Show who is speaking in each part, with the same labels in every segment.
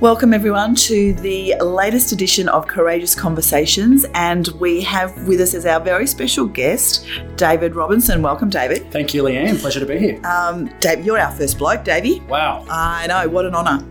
Speaker 1: Welcome, everyone, to the latest edition of Courageous Conversations. And we have with us as our very special guest, David Robinson. Welcome, David.
Speaker 2: Thank you, Leanne. Pleasure to be here.
Speaker 1: Um, Dave, you're our first bloke, Davey.
Speaker 2: Wow.
Speaker 1: I know, what an honour.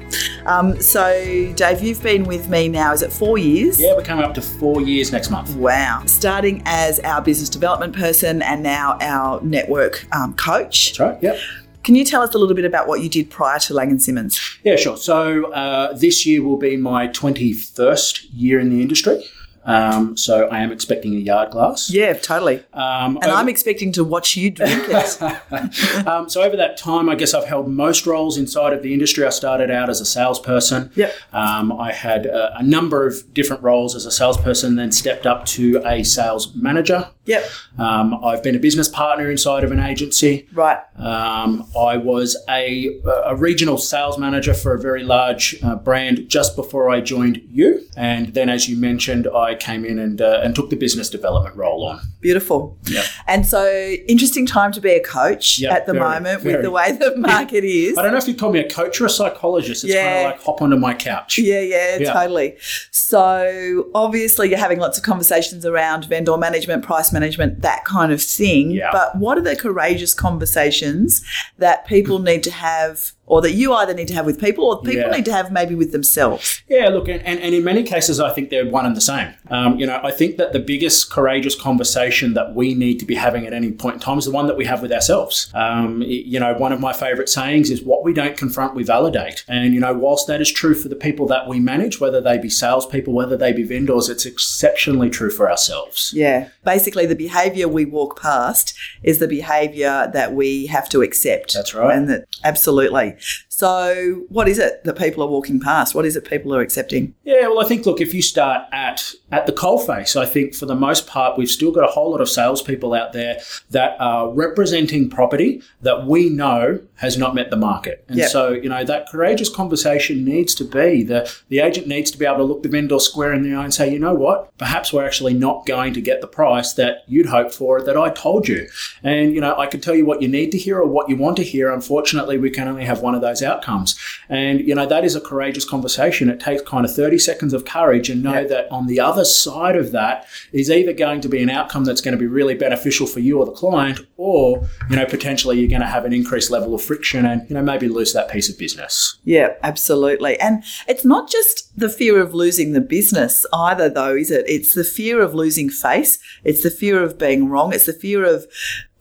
Speaker 1: Um, so, Dave, you've been with me now, is it four years?
Speaker 2: Yeah, we're coming up to four years next month.
Speaker 1: Wow. Starting as our business development person and now our network um, coach.
Speaker 2: That's right. Yep.
Speaker 1: Can you tell us a little bit about what you did prior to Lang and Simmons?
Speaker 2: Yeah, sure. So uh, this year will be my 21st year in the industry. Um, so I am expecting a yard glass.
Speaker 1: Yeah, totally.
Speaker 2: Um,
Speaker 1: And I'm expecting to watch you drink it.
Speaker 2: um, so over that time, I guess I've held most roles inside of the industry. I started out as a salesperson.
Speaker 1: Yep.
Speaker 2: Um, I had a, a number of different roles as a salesperson, then stepped up to a sales manager.
Speaker 1: yep.
Speaker 2: Um, I've been a business partner inside of an agency.
Speaker 1: Right.
Speaker 2: Um, I was a, a regional sales manager for a very large uh, brand just before I joined you, and then, as you mentioned, I came in and uh, and took the business development role on.
Speaker 1: Beautiful.
Speaker 2: Yeah.
Speaker 1: And so, interesting time to be a coach
Speaker 2: Yeah,
Speaker 1: at the
Speaker 2: very,
Speaker 1: moment with
Speaker 2: very.
Speaker 1: the way the market is.
Speaker 2: I don't know if you call me a coach or a psychologist. It's
Speaker 1: Yeah.
Speaker 2: kind of like hop onto my couch.
Speaker 1: Yeah, yeah,
Speaker 2: Yeah.
Speaker 1: totally. So, obviously, you're having lots of conversations around vendor management, price management, that kind of thing.
Speaker 2: Yeah.
Speaker 1: But what are the courageous conversations that people need to have, or that you either need to have with people, or people
Speaker 2: Yeah.
Speaker 1: need to have maybe with themselves?
Speaker 2: Yeah, look, and, and, and in many cases, I think they're one and the same. Um, you know, I think that the biggest courageous conversation that we need to be having at any point in time is the one that we have with ourselves. Um, y- you know, one of my favorite sayings is what we don't confront, we validate. And, you know, whilst that is true for the people that we manage, whether they be salespeople, whether they be vendors, it's exceptionally true for ourselves.
Speaker 1: Yeah. Basically, the behavior we walk past is the behavior that we have to accept.
Speaker 2: That's right.
Speaker 1: And that, absolutely. So, what is it that people are walking past? What is it people are accepting?
Speaker 2: Yeah, well, I think look, if you start at at the coalface, I think for the most part we've still got a whole lot of salespeople out there that are representing property that we know has not met the market, and
Speaker 1: Yep.
Speaker 2: so you know that courageous conversation needs to be the the agent needs to be able to look the vendor square in the eye and say, you know what, perhaps we're actually not going to get the price that you'd hoped for that I told you, and you know I could tell you what you need to hear or what you want to hear. Unfortunately, we can only have one of those outcomes, and you know that is a courageous conversation. It takes kind of thirty seconds of courage, and know that on the other side of that is either going to be an outcome that's going to be really beneficial for you or the client, or you know potentially you're going to have an increased level of friction and you know maybe lose that piece of business.
Speaker 1: Yeah, absolutely. And it's not just the fear of losing the business either, though, is it? It's the fear of losing face. It's the fear of being wrong. It's the fear of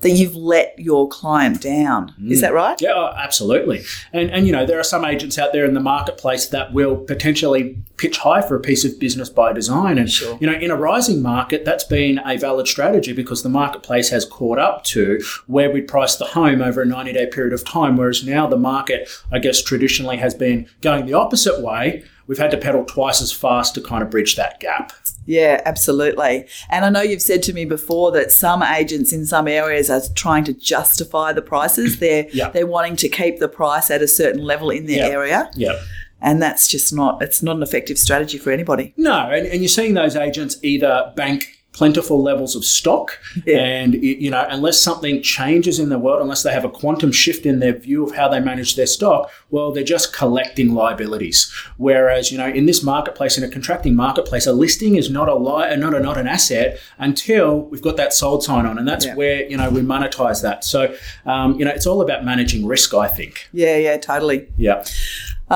Speaker 1: that you've let your client down. Is that right?
Speaker 2: Yeah, oh, absolutely. And and you know there are some agents out there in the marketplace that will potentially pitch high for a piece of business by design. And
Speaker 1: Sure.
Speaker 2: you know in a rising market, that's been a valid strategy because the marketplace has caught up to where we priced the home over a ninety day period of time. Whereas now the market, I guess, traditionally has been going the opposite way. We've had to pedal twice as fast to kind of bridge that gap.
Speaker 1: Yeah, absolutely. And I know you've said to me before that some agents in some areas are trying to justify the prices. They're
Speaker 2: Yeah.
Speaker 1: they're wanting to keep the price at a certain level in their
Speaker 2: Yeah.
Speaker 1: area.
Speaker 2: Yeah.
Speaker 1: And that's just not it's not an effective strategy for anybody.
Speaker 2: No, and, and you're seeing those agents either bank plentiful levels of stock
Speaker 1: Yeah.
Speaker 2: and y- you know unless something changes in the world unless they have a quantum shift in their view of how they manage their stock well they're just collecting liabilities whereas you know in this marketplace in a contracting marketplace a listing is not a li- uh, not a, not an asset until we've got that sold sign on and that's
Speaker 1: Yeah.
Speaker 2: where you know we monetize that so um, you know it's all about managing risk i think
Speaker 1: Yeah, yeah, totally.
Speaker 2: yeah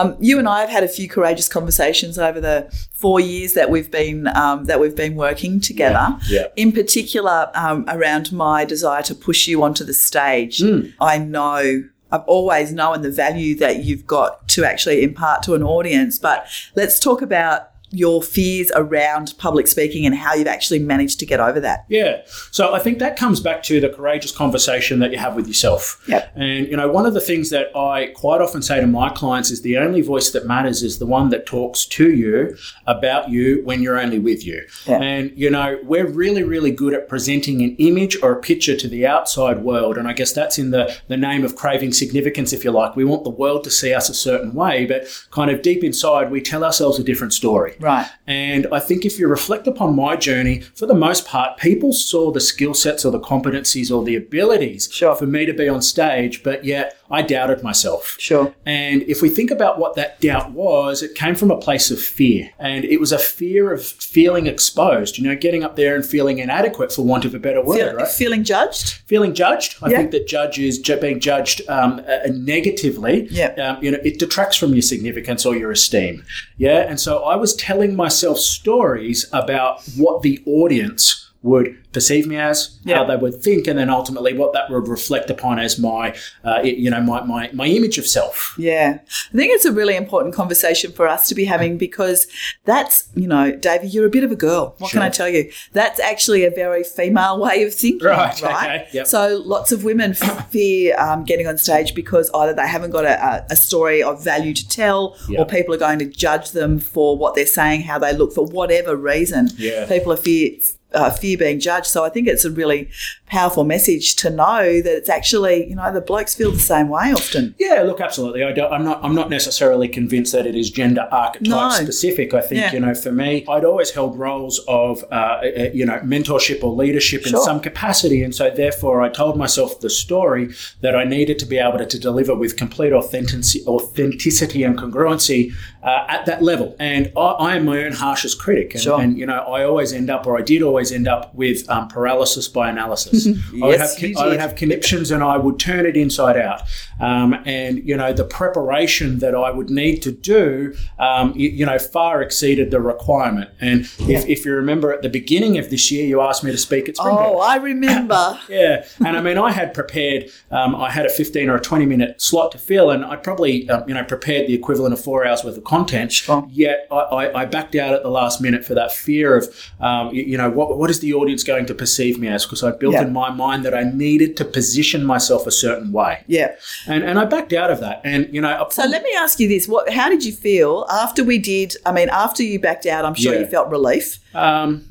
Speaker 1: Um, you and I have had a few courageous conversations over the four years that we've been um, that we've been working together.
Speaker 2: Yeah, yeah.
Speaker 1: In particular, um, around my desire to push you onto the stage.
Speaker 2: Hmm.
Speaker 1: I know. I've always known the value that you've got to actually impart to an audience, but let's talk about your fears around public speaking and how you've actually managed to get over that.
Speaker 2: Yeah. So I think that comes back to the courageous conversation that you have with yourself.
Speaker 1: Yep.
Speaker 2: And, you know, one of the things that I quite often say to my clients is the only voice that matters is the one that talks to you about you when you're only with you.
Speaker 1: Yeah.
Speaker 2: And, you know, we're really, really good at presenting an image or a picture to the outside world. And I guess that's in the, the name of craving significance, if you like. We want the world to see us a certain way, but kind of deep inside, we tell ourselves a different story.
Speaker 1: Right.
Speaker 2: And I think if you reflect upon my journey, for the most part, people saw the skill sets or the competencies or the abilities
Speaker 1: Sure.
Speaker 2: for me to be on stage, but yet I doubted myself.
Speaker 1: Sure.
Speaker 2: And if we think about what that doubt was, it came from a place of fear. And it was a fear of feeling exposed, you know, getting up there and feeling inadequate, for want of a better word,
Speaker 1: Feel-
Speaker 2: right?
Speaker 1: Feeling judged?
Speaker 2: feeling judged. I
Speaker 1: Yeah.
Speaker 2: think that judge is ju- being judged um, uh, negatively.
Speaker 1: Yeah.
Speaker 2: Um, you know, it detracts from your significance or your esteem. Yeah. And so I was telling myself stories about what the audience would perceive me as,
Speaker 1: Yeah.
Speaker 2: how they would think, and then ultimately what that would reflect upon as my, uh, it- you know, my, my, my image of self.
Speaker 1: Yeah. I think it's a really important conversation for us to be having because that's, you know, Davey, you're a bit of a girl. What
Speaker 2: Sure.
Speaker 1: can I tell you? That's actually a very female way of thinking,
Speaker 2: Right,
Speaker 1: right?
Speaker 2: okay, yep.
Speaker 1: So lots of women f- fear um, getting on stage because either they haven't got a, a- a story of value to tell
Speaker 2: Yeah.
Speaker 1: or people are going to judge them for what they're saying, how they look, for whatever reason.
Speaker 2: Yeah.
Speaker 1: People are fear. Uh, fear being judged. So I think it's a really powerful message to know that it's actually, you know, the blokes feel the same way often.
Speaker 2: Yeah, look, absolutely. I don't, I'm not. I'm not necessarily convinced that it is gender archetype
Speaker 1: No.
Speaker 2: specific. I think
Speaker 1: Yeah.
Speaker 2: you know, for me, I'd always held roles of uh, uh, you know mentorship or leadership in
Speaker 1: Sure.
Speaker 2: some capacity, and so therefore, I told myself the story that I needed to be able to, to deliver with complete authenticity, authenticity and congruency uh, at that level. And I, I am my own harshest critic, and,
Speaker 1: Sure.
Speaker 2: and you know, I always end up, or I did always end up with um, paralysis by analysis. I would
Speaker 1: Yes,
Speaker 2: have,
Speaker 1: you
Speaker 2: I would
Speaker 1: did.
Speaker 2: have conniptions and I would turn it inside out. Um, and, you know, the preparation that I would need to do, um, you, you know, far exceeded the requirement. And if, if you remember at the beginning of this year, you asked me to speak at Springboard.
Speaker 1: Oh, I remember.
Speaker 2: Yeah, and I mean, I had prepared. Um, I had a fifteen or a twenty minute slot to fill, and I probably, um, you know, prepared the equivalent of four hours worth of content.
Speaker 1: Sure.
Speaker 2: Yet, I, I, I backed out at the last minute for that fear of, um, you, you know, what what is the audience going to perceive me as? Because I built
Speaker 1: Yeah.
Speaker 2: in my mind that I needed to position myself a certain way,
Speaker 1: yeah.
Speaker 2: and and I backed out of that. And you know,
Speaker 1: So let me ask you this: What? How did you feel after we did? I mean, after you backed out, I'm sure
Speaker 2: Yeah.
Speaker 1: you felt relief.
Speaker 2: Um,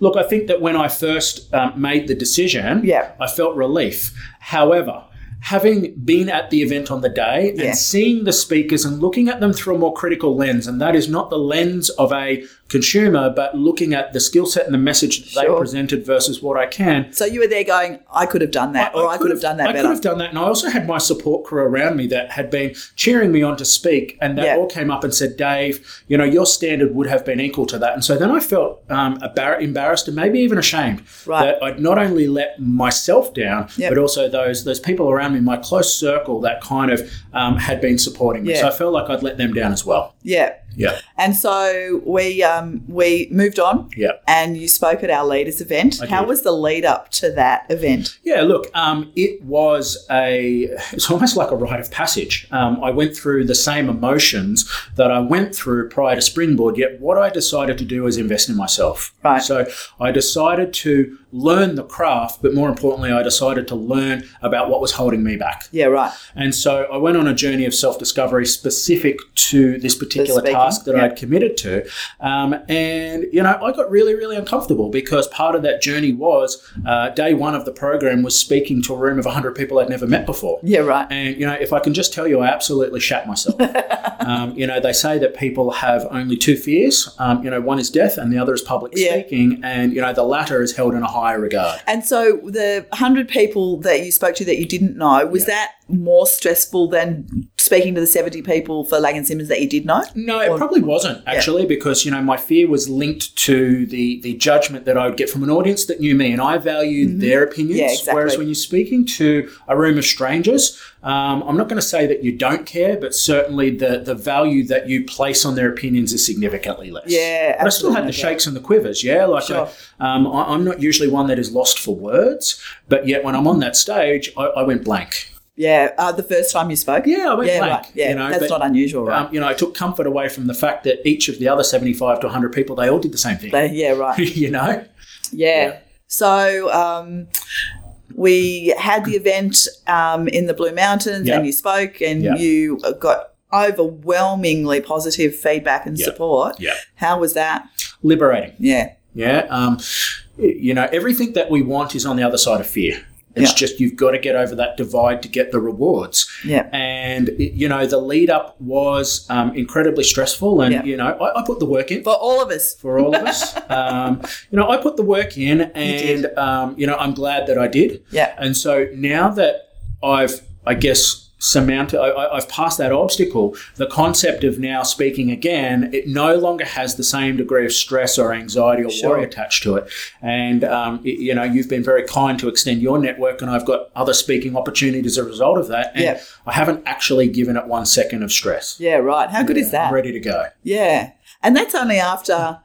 Speaker 2: look, I think that when I first um, made the decision,
Speaker 1: Yeah.
Speaker 2: I felt relief. However, having been at the event on the day
Speaker 1: Yeah.
Speaker 2: and seeing the speakers and looking at them through a more critical lens, and that is not the lens of a consumer, but looking at the skill set and the message that they
Speaker 1: Sure.
Speaker 2: presented versus what I can.
Speaker 1: So you were there going, "I could have done that, or I, could have done that
Speaker 2: I
Speaker 1: better."
Speaker 2: could have done that, and I also had my support crew around me that had been cheering me on to speak, and they
Speaker 1: Yeah.
Speaker 2: all came up and said, "Dave, you know your standard would have been equal to that." And so then I felt um, abar- embarrassed and maybe even ashamed
Speaker 1: Right.
Speaker 2: that I'd not only let myself down,
Speaker 1: Yep.
Speaker 2: but also those those people around me, my close circle, that kind of um, had been supporting me.
Speaker 1: Yeah.
Speaker 2: So I felt like I'd let them down as well.
Speaker 1: yeah.
Speaker 2: Yeah,
Speaker 1: And so we um, we moved on.
Speaker 2: yeah.
Speaker 1: And you spoke at our leaders event. How
Speaker 2: did.
Speaker 1: was the lead up to that event?
Speaker 2: Yeah, look, um, it was a, it's almost like a rite of passage. Um, I went through the same emotions that I went through prior to Springboard, yet what I decided to do was invest in myself.
Speaker 1: Right.
Speaker 2: So I decided to learn the craft, but more importantly, I decided to learn about what was holding me back.
Speaker 1: Yeah, right.
Speaker 2: And so I went on a journey of self discovery specific to this particular
Speaker 1: speaking,
Speaker 2: task that
Speaker 1: yeah.
Speaker 2: I'd committed to. Um, and, you know, I got really, really uncomfortable because part of that journey was uh, day one of the program was speaking to a room of 100 people I'd never met before.
Speaker 1: Yeah, right.
Speaker 2: And, you know, if I can just tell you, I absolutely shat myself. um, you know, they say that people have only two fears. Um, you know, one is death and the other is public
Speaker 1: Yeah.
Speaker 2: speaking. And, you know, the latter is held in a higher regard.
Speaker 1: And so the hundred people that you spoke to that you didn't know was that more stressful than speaking to the seventy people for Lang and Simmons that you did know?
Speaker 2: No, it probably wasn't actually, because you know my fear was linked to the the judgment that I would get from an audience that knew me, and I valued their opinions.
Speaker 1: Mm-hmm. Yeah, exactly.
Speaker 2: Whereas when you're speaking to a room of strangers, um, I'm not going to say that you don't care, but certainly the the value that you place on their opinions is significantly less.
Speaker 1: Yeah,
Speaker 2: but I still had the
Speaker 1: absolutely.
Speaker 2: shakes and the quivers. Yeah, like
Speaker 1: Sure.
Speaker 2: I, um, I, I'm not usually one that is lost for words, but yet when I'm on that stage, I, I went blank.
Speaker 1: Yeah, uh, the first time you spoke.
Speaker 2: Yeah, I went
Speaker 1: yeah,
Speaker 2: blank.
Speaker 1: right. Yeah,
Speaker 2: you know,
Speaker 1: that's
Speaker 2: but-
Speaker 1: not unusual, right?
Speaker 2: um, you know, I took comfort away from the fact that each of the other 75 to 100 people, they all did the same thing.
Speaker 1: They- yeah, right.
Speaker 2: you know?
Speaker 1: Yeah.
Speaker 2: Yeah.
Speaker 1: So um, we had the event um, in the Blue Mountains,
Speaker 2: Yeah.
Speaker 1: and you spoke, and
Speaker 2: Yeah.
Speaker 1: you got overwhelmingly positive feedback and
Speaker 2: Yeah.
Speaker 1: support.
Speaker 2: Yeah.
Speaker 1: How was that?
Speaker 2: Liberating.
Speaker 1: Yeah.
Speaker 2: Yeah. Um, you know, everything that we want is on the other side of fear. It's
Speaker 1: Yeah.
Speaker 2: just you've got to get over that divide to get the rewards.
Speaker 1: Yeah.
Speaker 2: And, you know, the lead up was um, incredibly stressful. And,
Speaker 1: Yeah.
Speaker 2: you know, I, I put the work in.
Speaker 1: For all of us.
Speaker 2: for all of us. Um, you know, I put the work in, and
Speaker 1: did.
Speaker 2: um, you know, I'm glad that I did.
Speaker 1: Yeah.
Speaker 2: And so now that I've, I guess, surmounted I, have passed that obstacle the concept of now speaking again it no longer has the same degree of stress or anxiety or
Speaker 1: Sure.
Speaker 2: worry attached to it and um, y- you know you've been very kind to extend your network and i've got other speaking opportunities as a result of that and
Speaker 1: Yeah.
Speaker 2: i haven't actually given it one second of stress
Speaker 1: Yeah, right. How good is that?
Speaker 2: I'm ready to go
Speaker 1: Yeah. And that's only after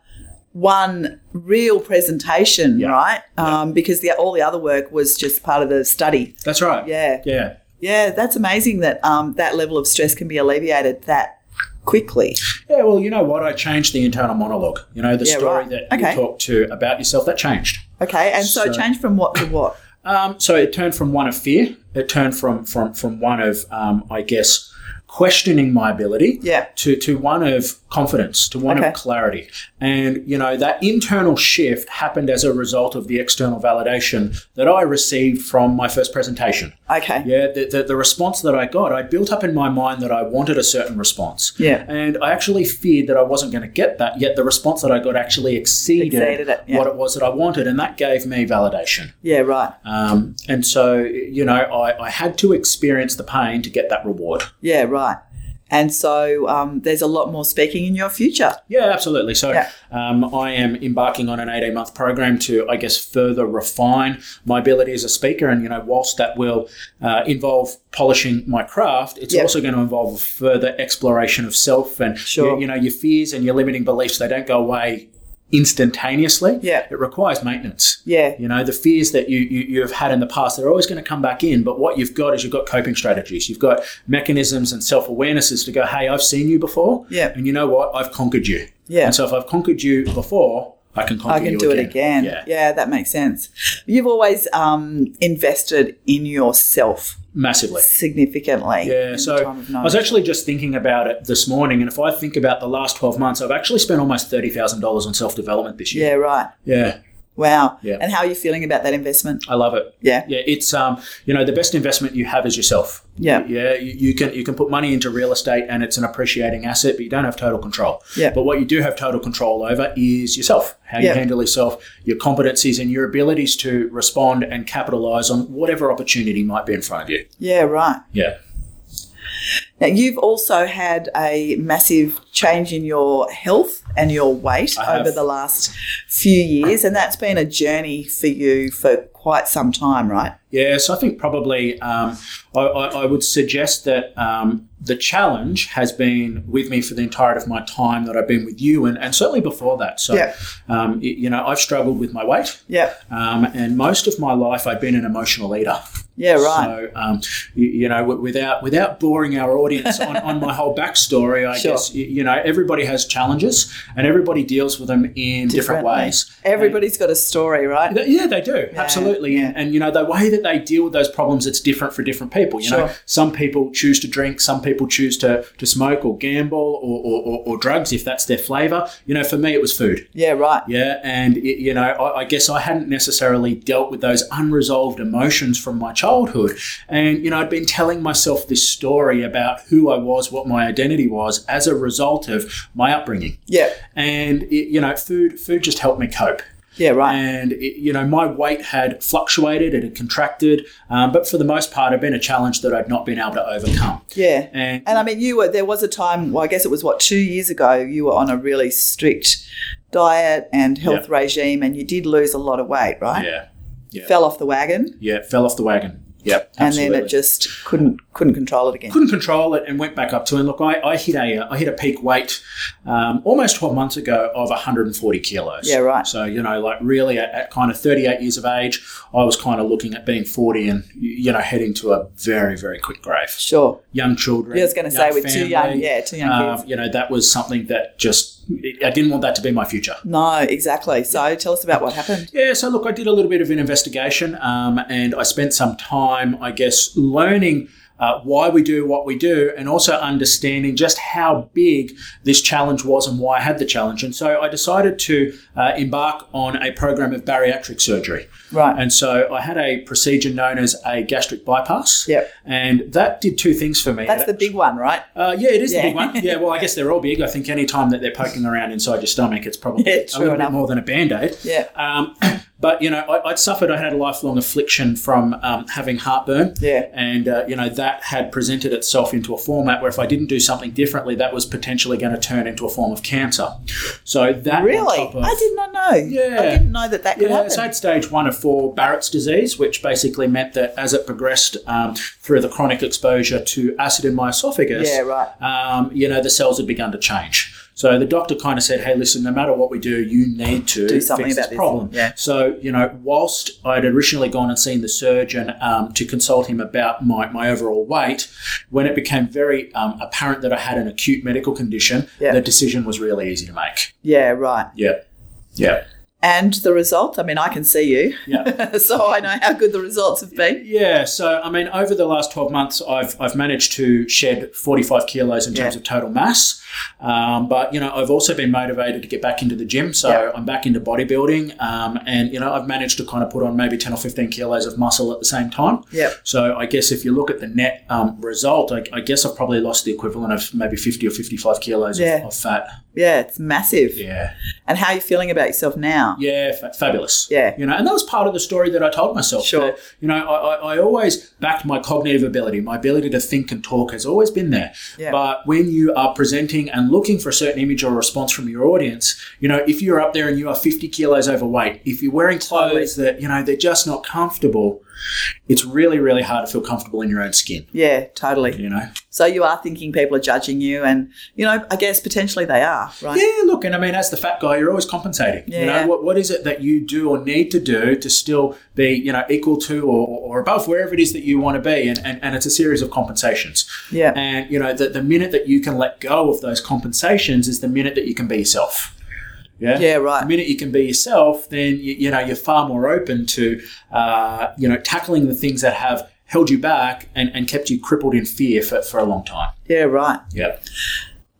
Speaker 1: one real presentation,
Speaker 2: Yeah.
Speaker 1: right? Um, because the, all the other work was just part of the study.
Speaker 2: that's right
Speaker 1: Yeah.
Speaker 2: yeah
Speaker 1: Yeah, that's amazing that um, that level of stress can be alleviated that quickly.
Speaker 2: yeah well you know what i changed the internal monologue you know the
Speaker 1: Yeah,
Speaker 2: story
Speaker 1: right.
Speaker 2: that
Speaker 1: Okay.
Speaker 2: you talked to about yourself that changed
Speaker 1: Okay. And so,
Speaker 2: So-
Speaker 1: change from what to what?
Speaker 2: Um, so it turned from one of fear. It turned from from from one of um, I guess questioning my ability.
Speaker 1: Yeah.
Speaker 2: To to one of confidence. To one
Speaker 1: Okay.
Speaker 2: of clarity. And you know that internal shift happened as a result of the external validation that I received from my first presentation.
Speaker 1: Okay.
Speaker 2: Yeah, the, the, the response that I got, I built up in my mind that I wanted a certain response.
Speaker 1: Yeah.
Speaker 2: And I actually feared that I wasn't going to get that, yet the response that I got actually exceeded,
Speaker 1: Exceeded it, yeah.
Speaker 2: what it was that I wanted. And that gave me validation.
Speaker 1: Yeah, right.
Speaker 2: Um, and so, you know, I, I had to experience the pain to get that reward.
Speaker 1: Yeah, right. And so, um, there's a lot more speaking in your future.
Speaker 2: Yeah, absolutely. So
Speaker 1: Yeah.
Speaker 2: um, I am embarking on an 18 month program to, I guess, further refine my ability as a speaker. And, you know, whilst that will uh, involve polishing my craft, it's
Speaker 1: Yeah.
Speaker 2: also going to involve a further exploration of self and,
Speaker 1: Sure.
Speaker 2: you, you know, your fears and your limiting beliefs. They don't go away instantaneously.
Speaker 1: Yeah.
Speaker 2: It requires maintenance.
Speaker 1: Yeah.
Speaker 2: You know, the fears that you, you, you have had in the past, they're always going to come back in. But what you've got is you've got coping strategies. You've got mechanisms and self awarenesses to go, hey, I've seen you before.
Speaker 1: Yeah.
Speaker 2: And you know what? I've conquered you.
Speaker 1: Yeah.
Speaker 2: And so if I've conquered you before, I can conquer
Speaker 1: I can
Speaker 2: you
Speaker 1: do it
Speaker 2: again.
Speaker 1: again.
Speaker 2: Yeah.
Speaker 1: that makes sense. You've always um, invested in yourself
Speaker 2: Massively.
Speaker 1: significantly. in
Speaker 2: Yeah,
Speaker 1: the
Speaker 2: so
Speaker 1: time of
Speaker 2: I was
Speaker 1: knowledge.
Speaker 2: actually just thinking about it this morning, and if I think about the last twelve months, I've actually spent almost thirty thousand dollars on self development this
Speaker 1: yeah,
Speaker 2: year.
Speaker 1: right.
Speaker 2: Yeah, yeah,
Speaker 1: Wow.
Speaker 2: Yeah.
Speaker 1: And how are you feeling about that investment?
Speaker 2: I love it.
Speaker 1: Yeah.
Speaker 2: yeah it's um you know the best investment you have is yourself
Speaker 1: Yeah.
Speaker 2: yeah you, you can you can put money into real estate and it's an appreciating asset but you don't have total control
Speaker 1: Yeah.
Speaker 2: but what you do have total control over is yourself how
Speaker 1: Yeah.
Speaker 2: you handle yourself your competencies and your abilities to respond and capitalize on whatever opportunity might be in front of you
Speaker 1: Yeah, right.
Speaker 2: yeah
Speaker 1: Now, you've also had a massive change in your health and your weight
Speaker 2: I have.
Speaker 1: over the last few years, and that's been a journey for you for quite some time, right?
Speaker 2: Yeah, so I think probably um, I, I, I would suggest that um, the challenge has been with me for the entirety of my time that I've been with you, and, and certainly before that. So,
Speaker 1: Yeah.
Speaker 2: um, y- you know, I've struggled with my weight,
Speaker 1: Yeah.
Speaker 2: um, and most of my life I've been an emotional eater.
Speaker 1: Yeah, right.
Speaker 2: So, um, you, you know, w- without without boring our audience on, on my whole backstory, I
Speaker 1: Sure.
Speaker 2: guess y- you know everybody has challenges, and everybody deals with them in different
Speaker 1: Differently.
Speaker 2: ways.
Speaker 1: Everybody's got a story, right?
Speaker 2: Th- Yeah, they do. Absolutely.
Speaker 1: yeah.
Speaker 2: And, and, you know, the way that they deal with those problems, it's different for different people. You know,
Speaker 1: Sure.
Speaker 2: some people choose to drink, some people choose to, to smoke or gamble or, or, or, or drugs if that's their flavor. You know, for me, it was food.
Speaker 1: Yeah, right.
Speaker 2: Yeah. And, it, you know, I, I guess I hadn't necessarily dealt with those unresolved emotions from my childhood. And, you know, I'd been telling myself this story about who I was, what my identity was, as a result of my upbringing.
Speaker 1: Yeah.
Speaker 2: And, it, you know, food, food just helped me cope
Speaker 1: Yeah, right.
Speaker 2: and it, you know my weight had fluctuated it had contracted um, but for the most part it had been a challenge that i'd not been able to overcome
Speaker 1: Yeah.
Speaker 2: and
Speaker 1: And I mean, you were, there was a time, well, I guess it was what, two years ago, you were on a really strict diet and health regime and you did lose a lot of weight, right?
Speaker 2: yeah yeah
Speaker 1: Fell off the wagon
Speaker 2: yeah fell off the wagon yep
Speaker 1: and
Speaker 2: absolutely.
Speaker 1: then it just couldn't, couldn't control it again.
Speaker 2: couldn't control it and went back up to and look I, I hit a uh, I hit a peak weight um, almost 12 months ago of 140 kilos
Speaker 1: Yeah, right.
Speaker 2: so you know like really at, at kind of 38 years of age I was kind of looking at being 40 and you know heading to a very very quick grave
Speaker 1: Sure.
Speaker 2: young children
Speaker 1: Yeah, I was going to say
Speaker 2: young
Speaker 1: with too young,
Speaker 2: family.
Speaker 1: yeah, too young
Speaker 2: Um,
Speaker 1: kids.
Speaker 2: you know, that was something that just, I didn't want that to be my future.
Speaker 1: No, exactly. So tell us about what happened.
Speaker 2: Yeah, so look, I did a little bit of an investigation um, and I spent some time, I guess, learning. Uh, why we do what we do, and also understanding just how big this challenge was and why I had the challenge. And so I decided to uh, embark on a program of bariatric surgery.
Speaker 1: Right.
Speaker 2: And so I had a procedure known as a gastric bypass.
Speaker 1: Yep.
Speaker 2: And that did two things for me.
Speaker 1: That's the big one, right?
Speaker 2: Uh, yeah, it is
Speaker 1: Yeah.
Speaker 2: the big one. Yeah, well, I guess they're all big. I think any time that they're poking around inside your stomach, it's probably
Speaker 1: Yeah,
Speaker 2: a
Speaker 1: true
Speaker 2: little
Speaker 1: enough.
Speaker 2: bit more than a band aid.
Speaker 1: Yeah.
Speaker 2: Um, But you know, I, would suffered. I had a lifelong affliction from um, having heartburn.
Speaker 1: Yeah.
Speaker 2: and uh, you know that had presented itself into a format where if I didn't do something differently, that was potentially going to turn into a form of cancer. So that on
Speaker 1: Really?
Speaker 2: top of-
Speaker 1: I did not know.
Speaker 2: Yeah.
Speaker 1: I didn't know that that could
Speaker 2: yeah,
Speaker 1: happen.
Speaker 2: so it's stage one of four Barrett's disease, which basically meant that as it progressed um, through the chronic exposure to acid in my esophagus,
Speaker 1: Yeah, right.
Speaker 2: um, you know, the cells had begun to change. So the doctor kind of said, "Hey, listen, no matter what we do, you need to
Speaker 1: Do something
Speaker 2: fix
Speaker 1: about
Speaker 2: this
Speaker 1: this."
Speaker 2: problem."
Speaker 1: Yeah.
Speaker 2: So you know, whilst I'd originally gone and seen the surgeon um, to consult him about my, my overall weight, when it became very um, apparent that I had an acute medical condition,
Speaker 1: Yeah.
Speaker 2: the decision was really easy to make.
Speaker 1: yeah, right.
Speaker 2: Yeah, yeah,
Speaker 1: And the result? I mean, I can see you.
Speaker 2: yeah.
Speaker 1: so I know how good the results have been.
Speaker 2: Yeah, so I mean, over the last 12 months, I've, I've managed to shed 45 kilos in terms
Speaker 1: Yeah.
Speaker 2: of total mass. Um, but, you know, I've also been motivated to get back into the gym. So
Speaker 1: Yeah.
Speaker 2: I'm back into bodybuilding. Um, and, you know, I've managed to kind of put on maybe 10 or 15 kilos of muscle at the same time.
Speaker 1: Yep.
Speaker 2: So I guess if you look at the net um, result, I, I guess I've probably lost the equivalent of maybe 50 or 55 kilos
Speaker 1: Yeah.
Speaker 2: of, of fat.
Speaker 1: Yeah, it's massive.
Speaker 2: Yeah.
Speaker 1: And how are you feeling about yourself now?
Speaker 2: Yeah, fa- fabulous.
Speaker 1: Yeah.
Speaker 2: You know, and that was part of the story that I told myself.
Speaker 1: Sure.
Speaker 2: that, you know, I, I, I always backed my cognitive ability. My ability to think and talk has always been there.
Speaker 1: Yeah.
Speaker 2: But when you are presenting and looking for a certain image or response from your audience, you know, if you're up there and you are 50 kilos overweight, if you're wearing clothes that, you know, they're just not comfortable, it's really, really hard to feel comfortable in your own skin,
Speaker 1: Yeah, totally.
Speaker 2: you know?
Speaker 1: So you are thinking people are judging you, and you know, I guess potentially they are, right?
Speaker 2: Yeah, look, and I mean, as the fat guy, you're always compensating. you
Speaker 1: Yeah,
Speaker 2: know,
Speaker 1: yeah.
Speaker 2: what, what is it that you do or need to do to still be, you know, equal to or, or above wherever it is that you want to be? And, and, and it's a series of compensations.
Speaker 1: Yeah.
Speaker 2: And, you know, the, the minute that you can let go of those compensations is the minute that you can be yourself. Yeah.
Speaker 1: Yeah, right.
Speaker 2: The minute you can be yourself, then, you, you know, you're far more open to, uh, you know, tackling the things that have held you back and, and kept you crippled in fear for, for a long time.
Speaker 1: Yeah, right.
Speaker 2: Yeah.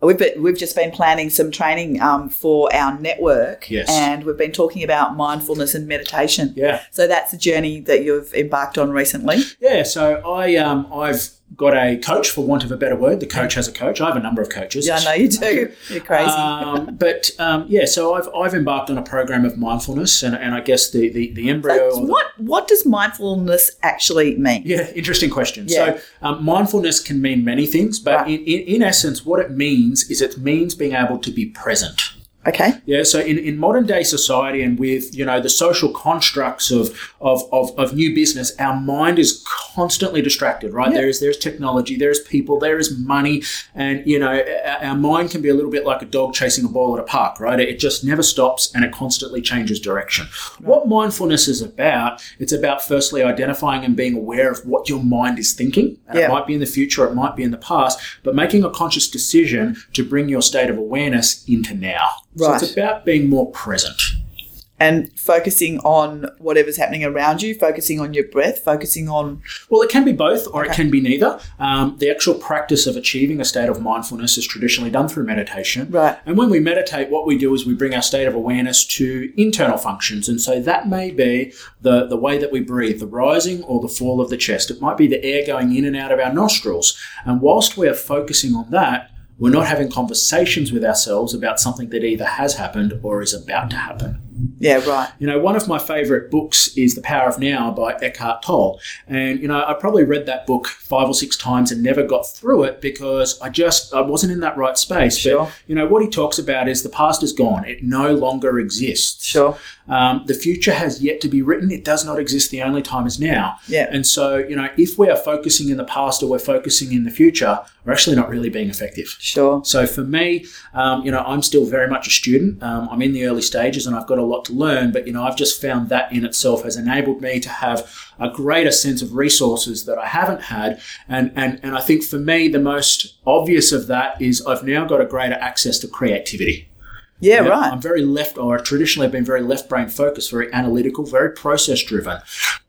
Speaker 1: We've been, we've just been planning some training um, for our network,
Speaker 2: Yes.
Speaker 1: and we've been talking about mindfulness and meditation.
Speaker 2: Yeah.
Speaker 1: So that's a journey that you've embarked on recently.
Speaker 2: Yeah, so I um, I've got a coach for want of a better word. The coach has a coach. I have a number of coaches.
Speaker 1: Yeah, I know you do. You're crazy.
Speaker 2: Um, but um, yeah, so I've, I've embarked on a program of mindfulness, and, and I guess the the, the embryo.
Speaker 1: That's-
Speaker 2: or the-
Speaker 1: what what does mindfulness actually mean?
Speaker 2: yeah, interesting question.
Speaker 1: Yeah.
Speaker 2: So, um, mindfulness can mean many things, but
Speaker 1: Right.
Speaker 2: in, in, in essence, what it means is it means being able to be present.
Speaker 1: Okay.
Speaker 2: Yeah, so in, in modern day society and with you know the social constructs of of, of, of new business, our mind is constantly distracted, right? There is there's technology, there is people, there is money, and you know our, our mind can be a little bit like a dog chasing a ball at a park, right? It just never stops and it constantly changes direction. What mindfulness is about, it's about firstly identifying and being aware of what your mind is thinking. And
Speaker 1: Yeah.
Speaker 2: It might be in the future, it might be in the past, but making a conscious decision to bring your state of awareness into now. So
Speaker 1: Right.
Speaker 2: it's about being more present.
Speaker 1: and focusing on whatever's happening around you, focusing on your breath, focusing on
Speaker 2: Well, it can be both or it can be neither. Um, the actual practice of achieving a state of mindfulness is traditionally done through meditation.
Speaker 1: Right.
Speaker 2: And when we meditate, what we do is we bring our state of awareness to internal functions. And so that may be the, the way that we breathe, the rising or the fall of the chest. It might be the air going in and out of our nostrils. And whilst we are focusing on that, we're not having conversations with ourselves about something that either has happened or is about to happen.
Speaker 1: yeah, right.
Speaker 2: You know, one of my favorite books is The Power of Now by Eckhart Tolle. And, you know, I probably read that book five or six times and never got through it because I just, I wasn't in that right space.
Speaker 1: Sure.
Speaker 2: But, you know, what he talks about is the past is gone. It no longer exists.
Speaker 1: Sure.
Speaker 2: Um, the future has yet to be written. It does not exist. The only time is now.
Speaker 1: Yeah.
Speaker 2: And so, you know, if we are focusing in the past or we're focusing in the future, we're actually not really being effective.
Speaker 1: Sure.
Speaker 2: So for me, um, you know, I'm still very much a student. Um, I'm in the early stages and I've got a lot to learn, but, you know, I've just found that in itself has enabled me to have a greater sense of resources that I haven't had. And, and, and I think for me, the most obvious of that is I've now got a greater access to creativity.
Speaker 1: Yeah,
Speaker 2: Yeah,
Speaker 1: right.
Speaker 2: I'm very left, or traditionally I've been very left brain focused, very analytical, very process driven.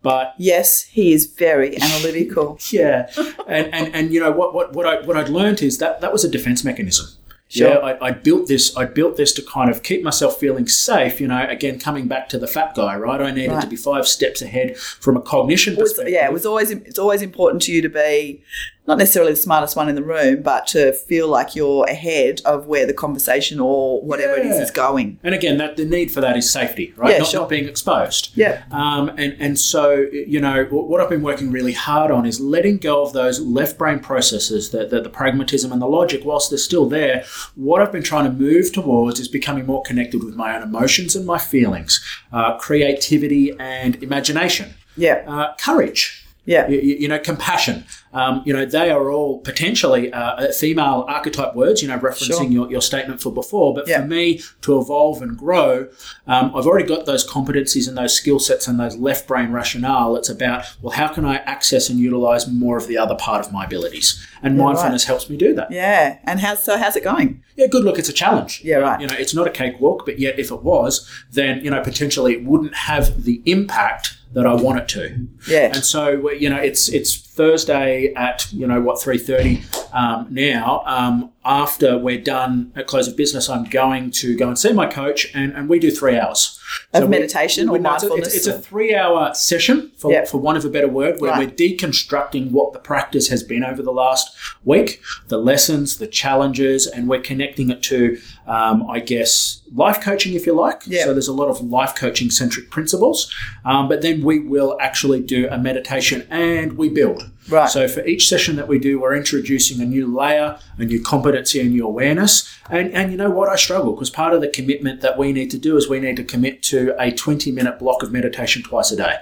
Speaker 2: But
Speaker 1: yes, he is very analytical.
Speaker 2: yeah, and, and and you know what what what I what I'd learned is that that was a defense mechanism.
Speaker 1: Sure.
Speaker 2: Yeah, I, I built this. I built this to kind of keep myself feeling safe. You know, again, coming back to the fat guy, right? I needed to
Speaker 1: Right.
Speaker 2: be five steps ahead from a cognition
Speaker 1: It was-
Speaker 2: perspective.
Speaker 1: yeah, it was always it's always important to you to be not necessarily the smartest one in the room, but to feel like you're ahead of where the conversation or whatever it is
Speaker 2: Yeah.
Speaker 1: is going.
Speaker 2: And again, that the need for that is safety, right?
Speaker 1: Yeah,
Speaker 2: not,
Speaker 1: sure.
Speaker 2: not being exposed.
Speaker 1: Yeah.
Speaker 2: Um, and and so you know wh- what I've been working really hard on is letting go of those left brain processes, that the, the pragmatism and the logic, whilst they're still there. What I've been trying to move towards is becoming more connected with my own emotions and my feelings, uh, creativity and imagination,
Speaker 1: Yeah.
Speaker 2: uh, courage.
Speaker 1: Yeah.
Speaker 2: You, you- you know, compassion. Um, you know, they are all potentially uh, female archetype words. You know, referencing
Speaker 1: Sure.
Speaker 2: your, your statement for before. But
Speaker 1: Yeah.
Speaker 2: for me to evolve and grow, um, I've already got those competencies and those skill sets and those left brain rationale. It's about well, how can I access and utilize more of the other part of my abilities? And mindfulness helps me do that. Yeah.
Speaker 1: Yeah. And how's so how's it going?
Speaker 2: good look, it's a challenge.
Speaker 1: Yeah, right.
Speaker 2: You know, it's not a cakewalk, but yet if it was, then you know potentially it wouldn't have the impact that I want it to.
Speaker 1: Yeah.
Speaker 2: And so we- you know, it's it's Thursday at you know what three thirty um, now. Um, after we're done at close of business, I'm going to go and see my coach, and, and we do three hours
Speaker 1: Of
Speaker 2: we-
Speaker 1: meditation or
Speaker 2: no, it's a-
Speaker 1: mindfulness?
Speaker 2: It's, it's a three-hour session, for
Speaker 1: Yeah.
Speaker 2: for want of a better word, where
Speaker 1: Right.
Speaker 2: we're deconstructing what the practice has been over the last week, the lessons, the challenges, and we're connecting it to, um, I guess, life coaching, if you like.
Speaker 1: Yeah.
Speaker 2: So there's a lot of life coaching centric principles, um, but then we will actually do a meditation and we build.
Speaker 1: Right.
Speaker 2: So for each session that we do, we're introducing a new layer, a new competency, a new awareness. And and you know what? I struggle because part of the commitment that we need to do is we need to commit to a 20 minute block of meditation twice a day.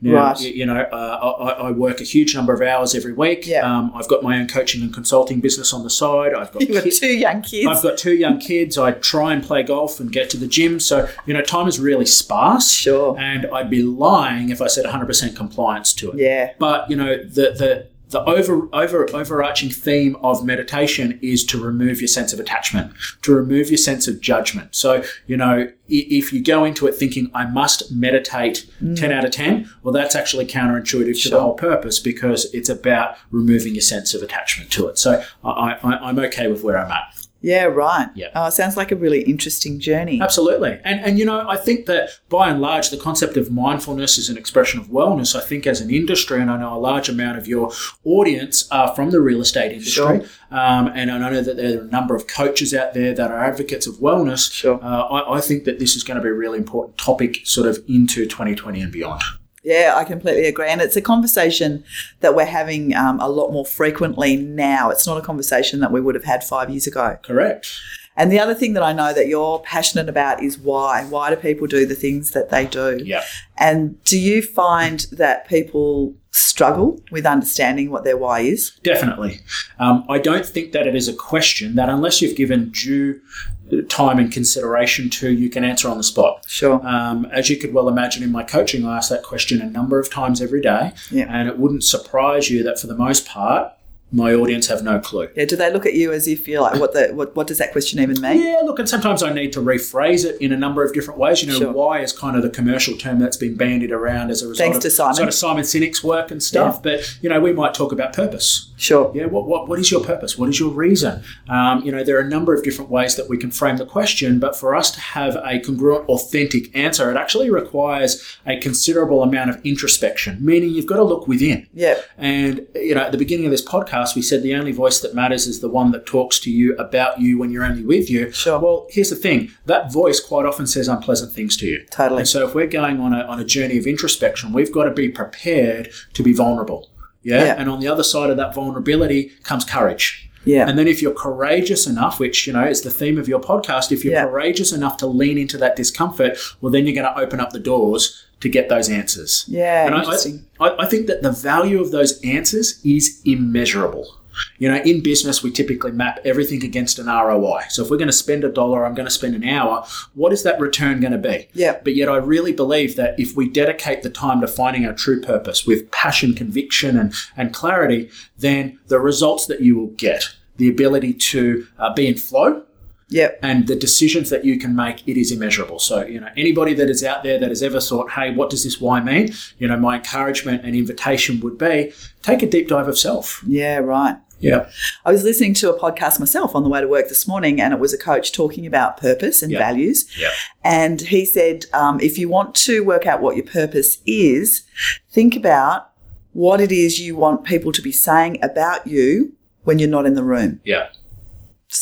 Speaker 2: Now,
Speaker 1: Right.
Speaker 2: You, you know, uh, I, I- I work a huge number of hours every week.
Speaker 1: Yeah.
Speaker 2: Um, I've got my own coaching and consulting business on the side. I've got
Speaker 1: You've got
Speaker 2: kids-
Speaker 1: two young kids.
Speaker 2: I've got two young kids. I try and play golf and get to the gym. So, you know, time is really sparse.
Speaker 1: Sure.
Speaker 2: And I'd be lying if I said 100% compliance to it.
Speaker 1: Yeah.
Speaker 2: But, you know, the, the, the over, over overarching theme of meditation is to remove your sense of attachment, to remove your sense of judgment. So, you know, i- if you go into it thinking, I must meditate
Speaker 1: Mm.
Speaker 2: 10 out of 10, well, that's actually counterintuitive to the whole purpose because it's about removing your sense of attachment to it. So I, I, I'm okay with where I'm at.
Speaker 1: Yeah, right.
Speaker 2: Yeah.
Speaker 1: Oh, it sounds like a really interesting journey.
Speaker 2: Absolutely. And and you know, I think that by and large the concept of mindfulness is an expression of wellness. I think as an industry, and I know a large amount of your audience are from the real estate industry. Um, and I know that there are a number of coaches out there that are advocates of wellness.
Speaker 1: Sure.
Speaker 2: Uh, I, I think that this is going to be a really important topic sort of into 2020 and beyond.
Speaker 1: Yeah, I completely agree. And it's a conversation that we're having um, a lot more frequently now. It's not a conversation that we would have had five years ago.
Speaker 2: Correct.
Speaker 1: And the other thing that I know that you're passionate about is why. Why do people do the things that they do?
Speaker 2: Yeah.
Speaker 1: And do you find that people struggle with understanding what their why is?
Speaker 2: Definitely. Um, I don't think that it is a question that, unless you've given due uh, time and consideration to, you can answer on the spot.
Speaker 1: Sure.
Speaker 2: Um, as you could well imagine, in my coaching, I ask that question a number of times every day,
Speaker 1: Yeah.
Speaker 2: and it wouldn't surprise you that for the most part, my audience have no clue.
Speaker 1: yeah. Do they look at you as if you're like, what the, what, what does that question even mean?
Speaker 2: Yeah, look, and sometimes I need to rephrase it in a number of different ways. You know,
Speaker 1: Sure.
Speaker 2: why is kind of the commercial term that's been bandied around as a result
Speaker 1: Thanks
Speaker 2: of
Speaker 1: to Simon.
Speaker 2: sort of Simon Sinek's work and stuff. But you know, we might talk about purpose.
Speaker 1: Sure.
Speaker 2: Yeah, what, what, what is your purpose? What is your reason? Um, you know, there are a number of different ways that we can frame the question, but for us to have a congruent, authentic answer, it actually requires a considerable amount of introspection, meaning you've got to look within.
Speaker 1: Yeah.
Speaker 2: And, you know, at the beginning of this podcast, we said the only voice that matters is the one that talks to you about you when you're only with you.
Speaker 1: Sure.
Speaker 2: Well, here's the thing that voice quite often says unpleasant things to you.
Speaker 1: Totally.
Speaker 2: And so if we're going on a, on a journey of introspection, we've got to be prepared to be vulnerable. Yeah?
Speaker 1: Yeah.
Speaker 2: And on the other side of that vulnerability comes courage.
Speaker 1: Yeah.
Speaker 2: And then if you're courageous enough, which, you know, is the theme of your podcast, if you're
Speaker 1: Yeah.
Speaker 2: courageous enough to lean into that discomfort, well, then you're going to open up the doors to get those answers.
Speaker 1: Yeah,
Speaker 2: And I-
Speaker 1: interesting.
Speaker 2: I, I, I think that the value of those answers is immeasurable. You know, in business, we typically map everything against an ROI. So if we're going to spend a dollar, I'm going to spend an hour, what is that return going to be?
Speaker 1: Yeah.
Speaker 2: But yet, I really believe that if we dedicate the time to finding our true purpose with passion, conviction, and, and clarity, then the results that you will get, the ability to uh, be in flow,
Speaker 1: Yeah.
Speaker 2: and the decisions that you can make it is immeasurable so you know anybody that is out there that has ever thought hey what does this why mean you know my encouragement and invitation would be take a deep dive of self
Speaker 1: Yeah. Right.
Speaker 2: yeah
Speaker 1: I was listening to a podcast myself on the way to work this morning, and it was a coach talking about purpose and
Speaker 2: Yeah.
Speaker 1: values.
Speaker 2: Yeah.
Speaker 1: And he said, um, if you want to work out what your purpose is, think about what it is you want people to be saying about you when you're not in the room.
Speaker 2: Yeah.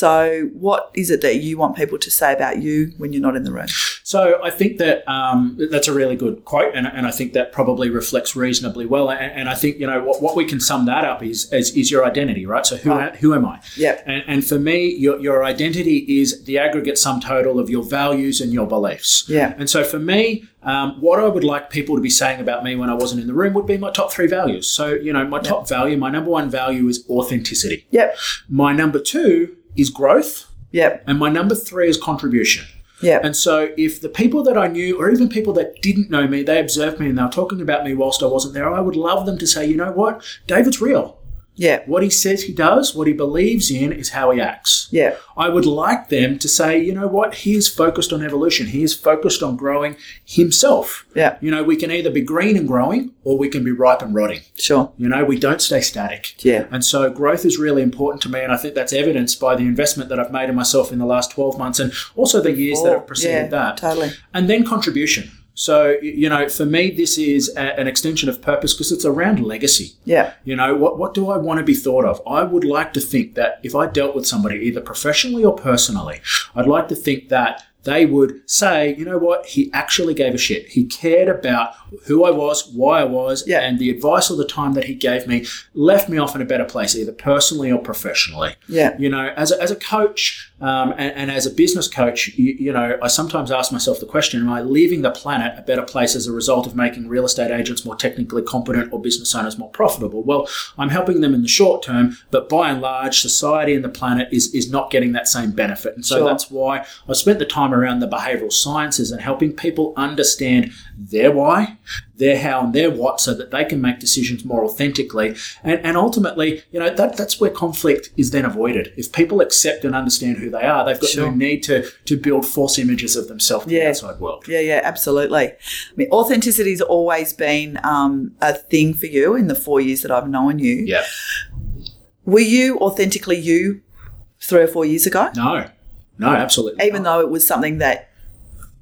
Speaker 1: So, what is it that you want people to say about you when you're not in the room?
Speaker 2: So I think that um, that's a really good quote, and, and I think that probably reflects reasonably well. And, and I think you know what, what we can sum that up is is, is your identity, right? So who
Speaker 1: Right.
Speaker 2: am- who am I?
Speaker 1: Yep.
Speaker 2: And, and for me, your your identity is the aggregate sum total of your values and your beliefs.
Speaker 1: Yeah.
Speaker 2: And so for me, um, what I would like people to be saying about me when I wasn't in the room would be my top three values. So you know, my top value, my number one value is authenticity.
Speaker 1: Yep.
Speaker 2: My number two is growth,
Speaker 1: Yep.
Speaker 2: and my number three is contribution.
Speaker 1: Yep.
Speaker 2: And so, if the people that I knew, or even people that didn't know me, they observed me and they were talking about me whilst I wasn't there, I would love them to say, you know what? David's real.
Speaker 1: Yep.
Speaker 2: What he says he does, what he believes in, is how he acts.
Speaker 1: Yep.
Speaker 2: I would like them to say, you know what? He is focused on evolution. He is focused on growing himself.
Speaker 1: Yeah.
Speaker 2: You know, we can either be green and growing or we can be ripe and rotting.
Speaker 1: Sure.
Speaker 2: You know, we don't stay static.
Speaker 1: Yeah.
Speaker 2: And so growth is really important to me. And I think that's evidenced by the investment that I've made in myself in the last 12 months and also the years that have preceded
Speaker 1: yeah,
Speaker 2: that.
Speaker 1: Totally.
Speaker 2: And then contribution. So, y- you know, for me, this is a, an extension of purpose because it's around legacy.
Speaker 1: Yeah.
Speaker 2: You know, what, what do I want to be thought of? I would like to think that if I dealt with somebody, either professionally or personally, I'd like to think that they would say, you know what, he actually gave a shit. He cared about who I was, why I was,
Speaker 1: Yeah.
Speaker 2: and the advice or the time that he gave me left me off in a better place, either personally or professionally
Speaker 1: Yeah.
Speaker 2: you know as a, as a coach um, and, and as a business coach you, you know i sometimes ask myself the question am i leaving the planet a better place as a result of making real estate agents more technically competent or business owners more profitable well i'm helping them in the short term but by and large society and the planet is is not getting that same benefit and so
Speaker 1: Sure.
Speaker 2: that's why i spent the time around the behavioral sciences and helping people understand their why their how and their what so that they can make decisions more authentically. And, and ultimately, you know, that, that's where conflict is then avoided. If people accept and understand who they are, they've got
Speaker 1: Sure.
Speaker 2: no need to, to build false images of themselves to the
Speaker 1: Yeah.
Speaker 2: outside world.
Speaker 1: Yeah, yeah, absolutely. I mean, authenticity's always been um, a thing for you in the four years that I've known you.
Speaker 2: Yeah.
Speaker 1: Were you authentically you three or four years ago?
Speaker 2: No. No, absolutely.
Speaker 1: Even though it was something that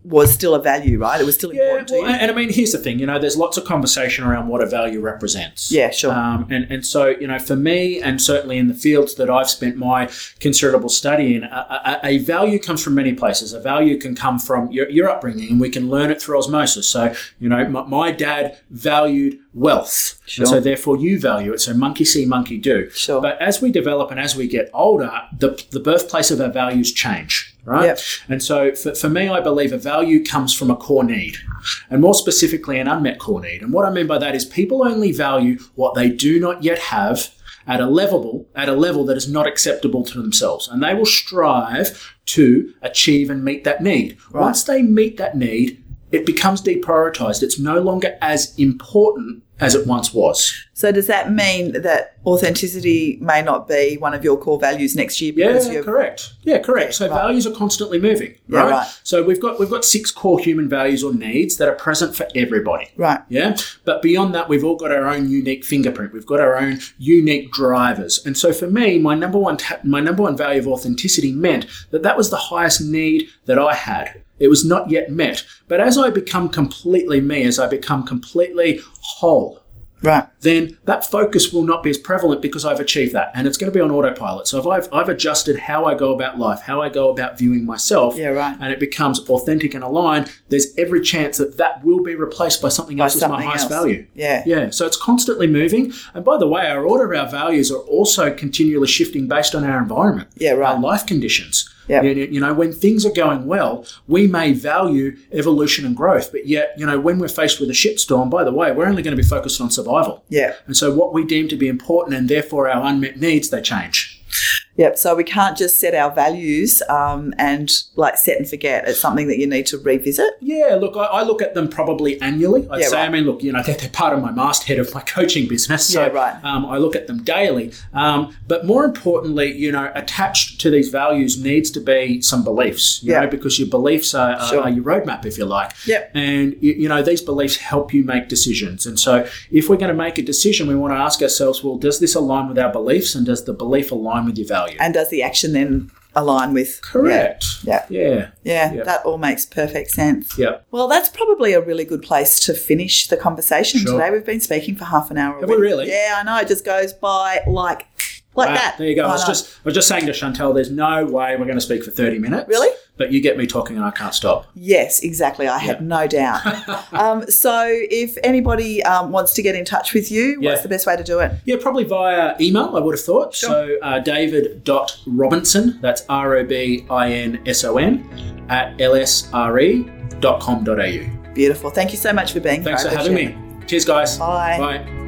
Speaker 1: was still a value, right? It was still
Speaker 2: Yeah,
Speaker 1: important to
Speaker 2: well,
Speaker 1: you.
Speaker 2: and, and I mean, here's the thing. You know, there's lots of conversation around what a value represents.
Speaker 1: Yeah, sure.
Speaker 2: Um, and and so you know, for me, and certainly in the fields that I've spent my considerable study in, a, a, a value comes from many places. A value can come from your, your upbringing, and we can learn it through osmosis. So you know, my, my dad valued wealth,
Speaker 1: Sure.
Speaker 2: and so therefore you value it. So monkey see, monkey do.
Speaker 1: Sure.
Speaker 2: But as we develop and as we get older, the the birthplace of our values change. Right.
Speaker 1: Yep.
Speaker 2: And so for, for me, I believe a value comes from a core need, and more specifically, an unmet core need. And what I mean by that is people only value what they do not yet have at a level at a level that is not acceptable to themselves and they will strive to achieve and meet that need once they meet that need it becomes deprioritized it's no longer as important as it once was
Speaker 1: So does that mean that authenticity may not be one of your core values next year
Speaker 2: Yeah,
Speaker 1: because you're
Speaker 2: correct. Yeah, correct. So values are constantly moving,
Speaker 1: Yeah,
Speaker 2: right?
Speaker 1: right.
Speaker 2: So we've got we've got six core human values or needs that are present for everybody.
Speaker 1: right?
Speaker 2: Yeah. But beyond that, we've all got our own unique fingerprint. We've got our own unique drivers. And so for me, my number one ta- my number one value of authenticity meant that that was the highest need that I had. It was not yet met. But as I become completely me, as I become completely whole,
Speaker 1: Right.
Speaker 2: then that focus will not be as prevalent because I've achieved that and it's going to be on autopilot. So if I've, I've adjusted how I go about life, how I go about viewing myself,
Speaker 1: Yeah, right.
Speaker 2: and it becomes authentic and aligned, there's every chance that that will be replaced by something else that's my
Speaker 1: something
Speaker 2: highest
Speaker 1: else.
Speaker 2: value.
Speaker 1: Yeah.
Speaker 2: Yeah, so it's constantly moving. And by the way, our order, our values are also continually shifting based on our environment,
Speaker 1: Yeah, right.
Speaker 2: our life conditions.
Speaker 1: Yep.
Speaker 2: You, you know, when things are going well, we may value evolution and growth, but yet, you know, when we're faced with a shitstorm, by the way, we're only going to be focused on survival.
Speaker 1: Yeah.
Speaker 2: And so what we deem to be important and therefore our unmet needs, they change.
Speaker 1: Yep. So we can't just set our values um, and like set and forget. It's something that you need to revisit.
Speaker 2: Yeah, look, I, I look at them probably annually. I'd
Speaker 1: Yeah,
Speaker 2: say,
Speaker 1: right.
Speaker 2: I mean, look, you know, they're, they're part of my masthead of my coaching business. So,
Speaker 1: Yeah, right.
Speaker 2: um, I look at them daily. Um, but more importantly, you know, attached to these values needs to be some beliefs, you
Speaker 1: Yeah.
Speaker 2: know, because your beliefs are, are,
Speaker 1: Sure.
Speaker 2: are your roadmap, if you like.
Speaker 1: Yep.
Speaker 2: And, you, you know, these beliefs help you make decisions. And so if we're going to make a decision, we want to ask ourselves, well, does this align with our beliefs and does the belief align with your values?
Speaker 1: And does the action then align with.
Speaker 2: Correct.
Speaker 1: Yeah.
Speaker 2: Yeah.
Speaker 1: Yeah,
Speaker 2: Yep.
Speaker 1: that all makes perfect sense.
Speaker 2: Yeah.
Speaker 1: Well, that's probably a really good place to finish the conversation
Speaker 2: Sure.
Speaker 1: today. We've been speaking for half an hour.
Speaker 2: Have we
Speaker 1: already.
Speaker 2: really?
Speaker 1: Yeah, I know. It just goes by like like
Speaker 2: Wow,
Speaker 1: that.
Speaker 2: Ah, There you go. I was
Speaker 1: know.
Speaker 2: just I was just saying to Chantel, there's no way we're going to speak for 30 minutes.
Speaker 1: Really?
Speaker 2: But you get me talking and I can't stop.
Speaker 1: Yes, exactly. I have
Speaker 2: Yeah.
Speaker 1: no doubt. um, so, if anybody um, wants to get in touch with you,
Speaker 2: Yeah.
Speaker 1: what's the best way to do it?
Speaker 2: Yeah, probably via email, I would have thought. So uh, david.robinson, that's R O B I N S O N, at lsre.com.au.
Speaker 1: Beautiful. Thank you so much for being
Speaker 2: Thanks
Speaker 1: here.
Speaker 2: for
Speaker 1: I
Speaker 2: having
Speaker 1: appreciate
Speaker 2: me. Cheers, guys.
Speaker 1: it. Bye.
Speaker 2: Bye.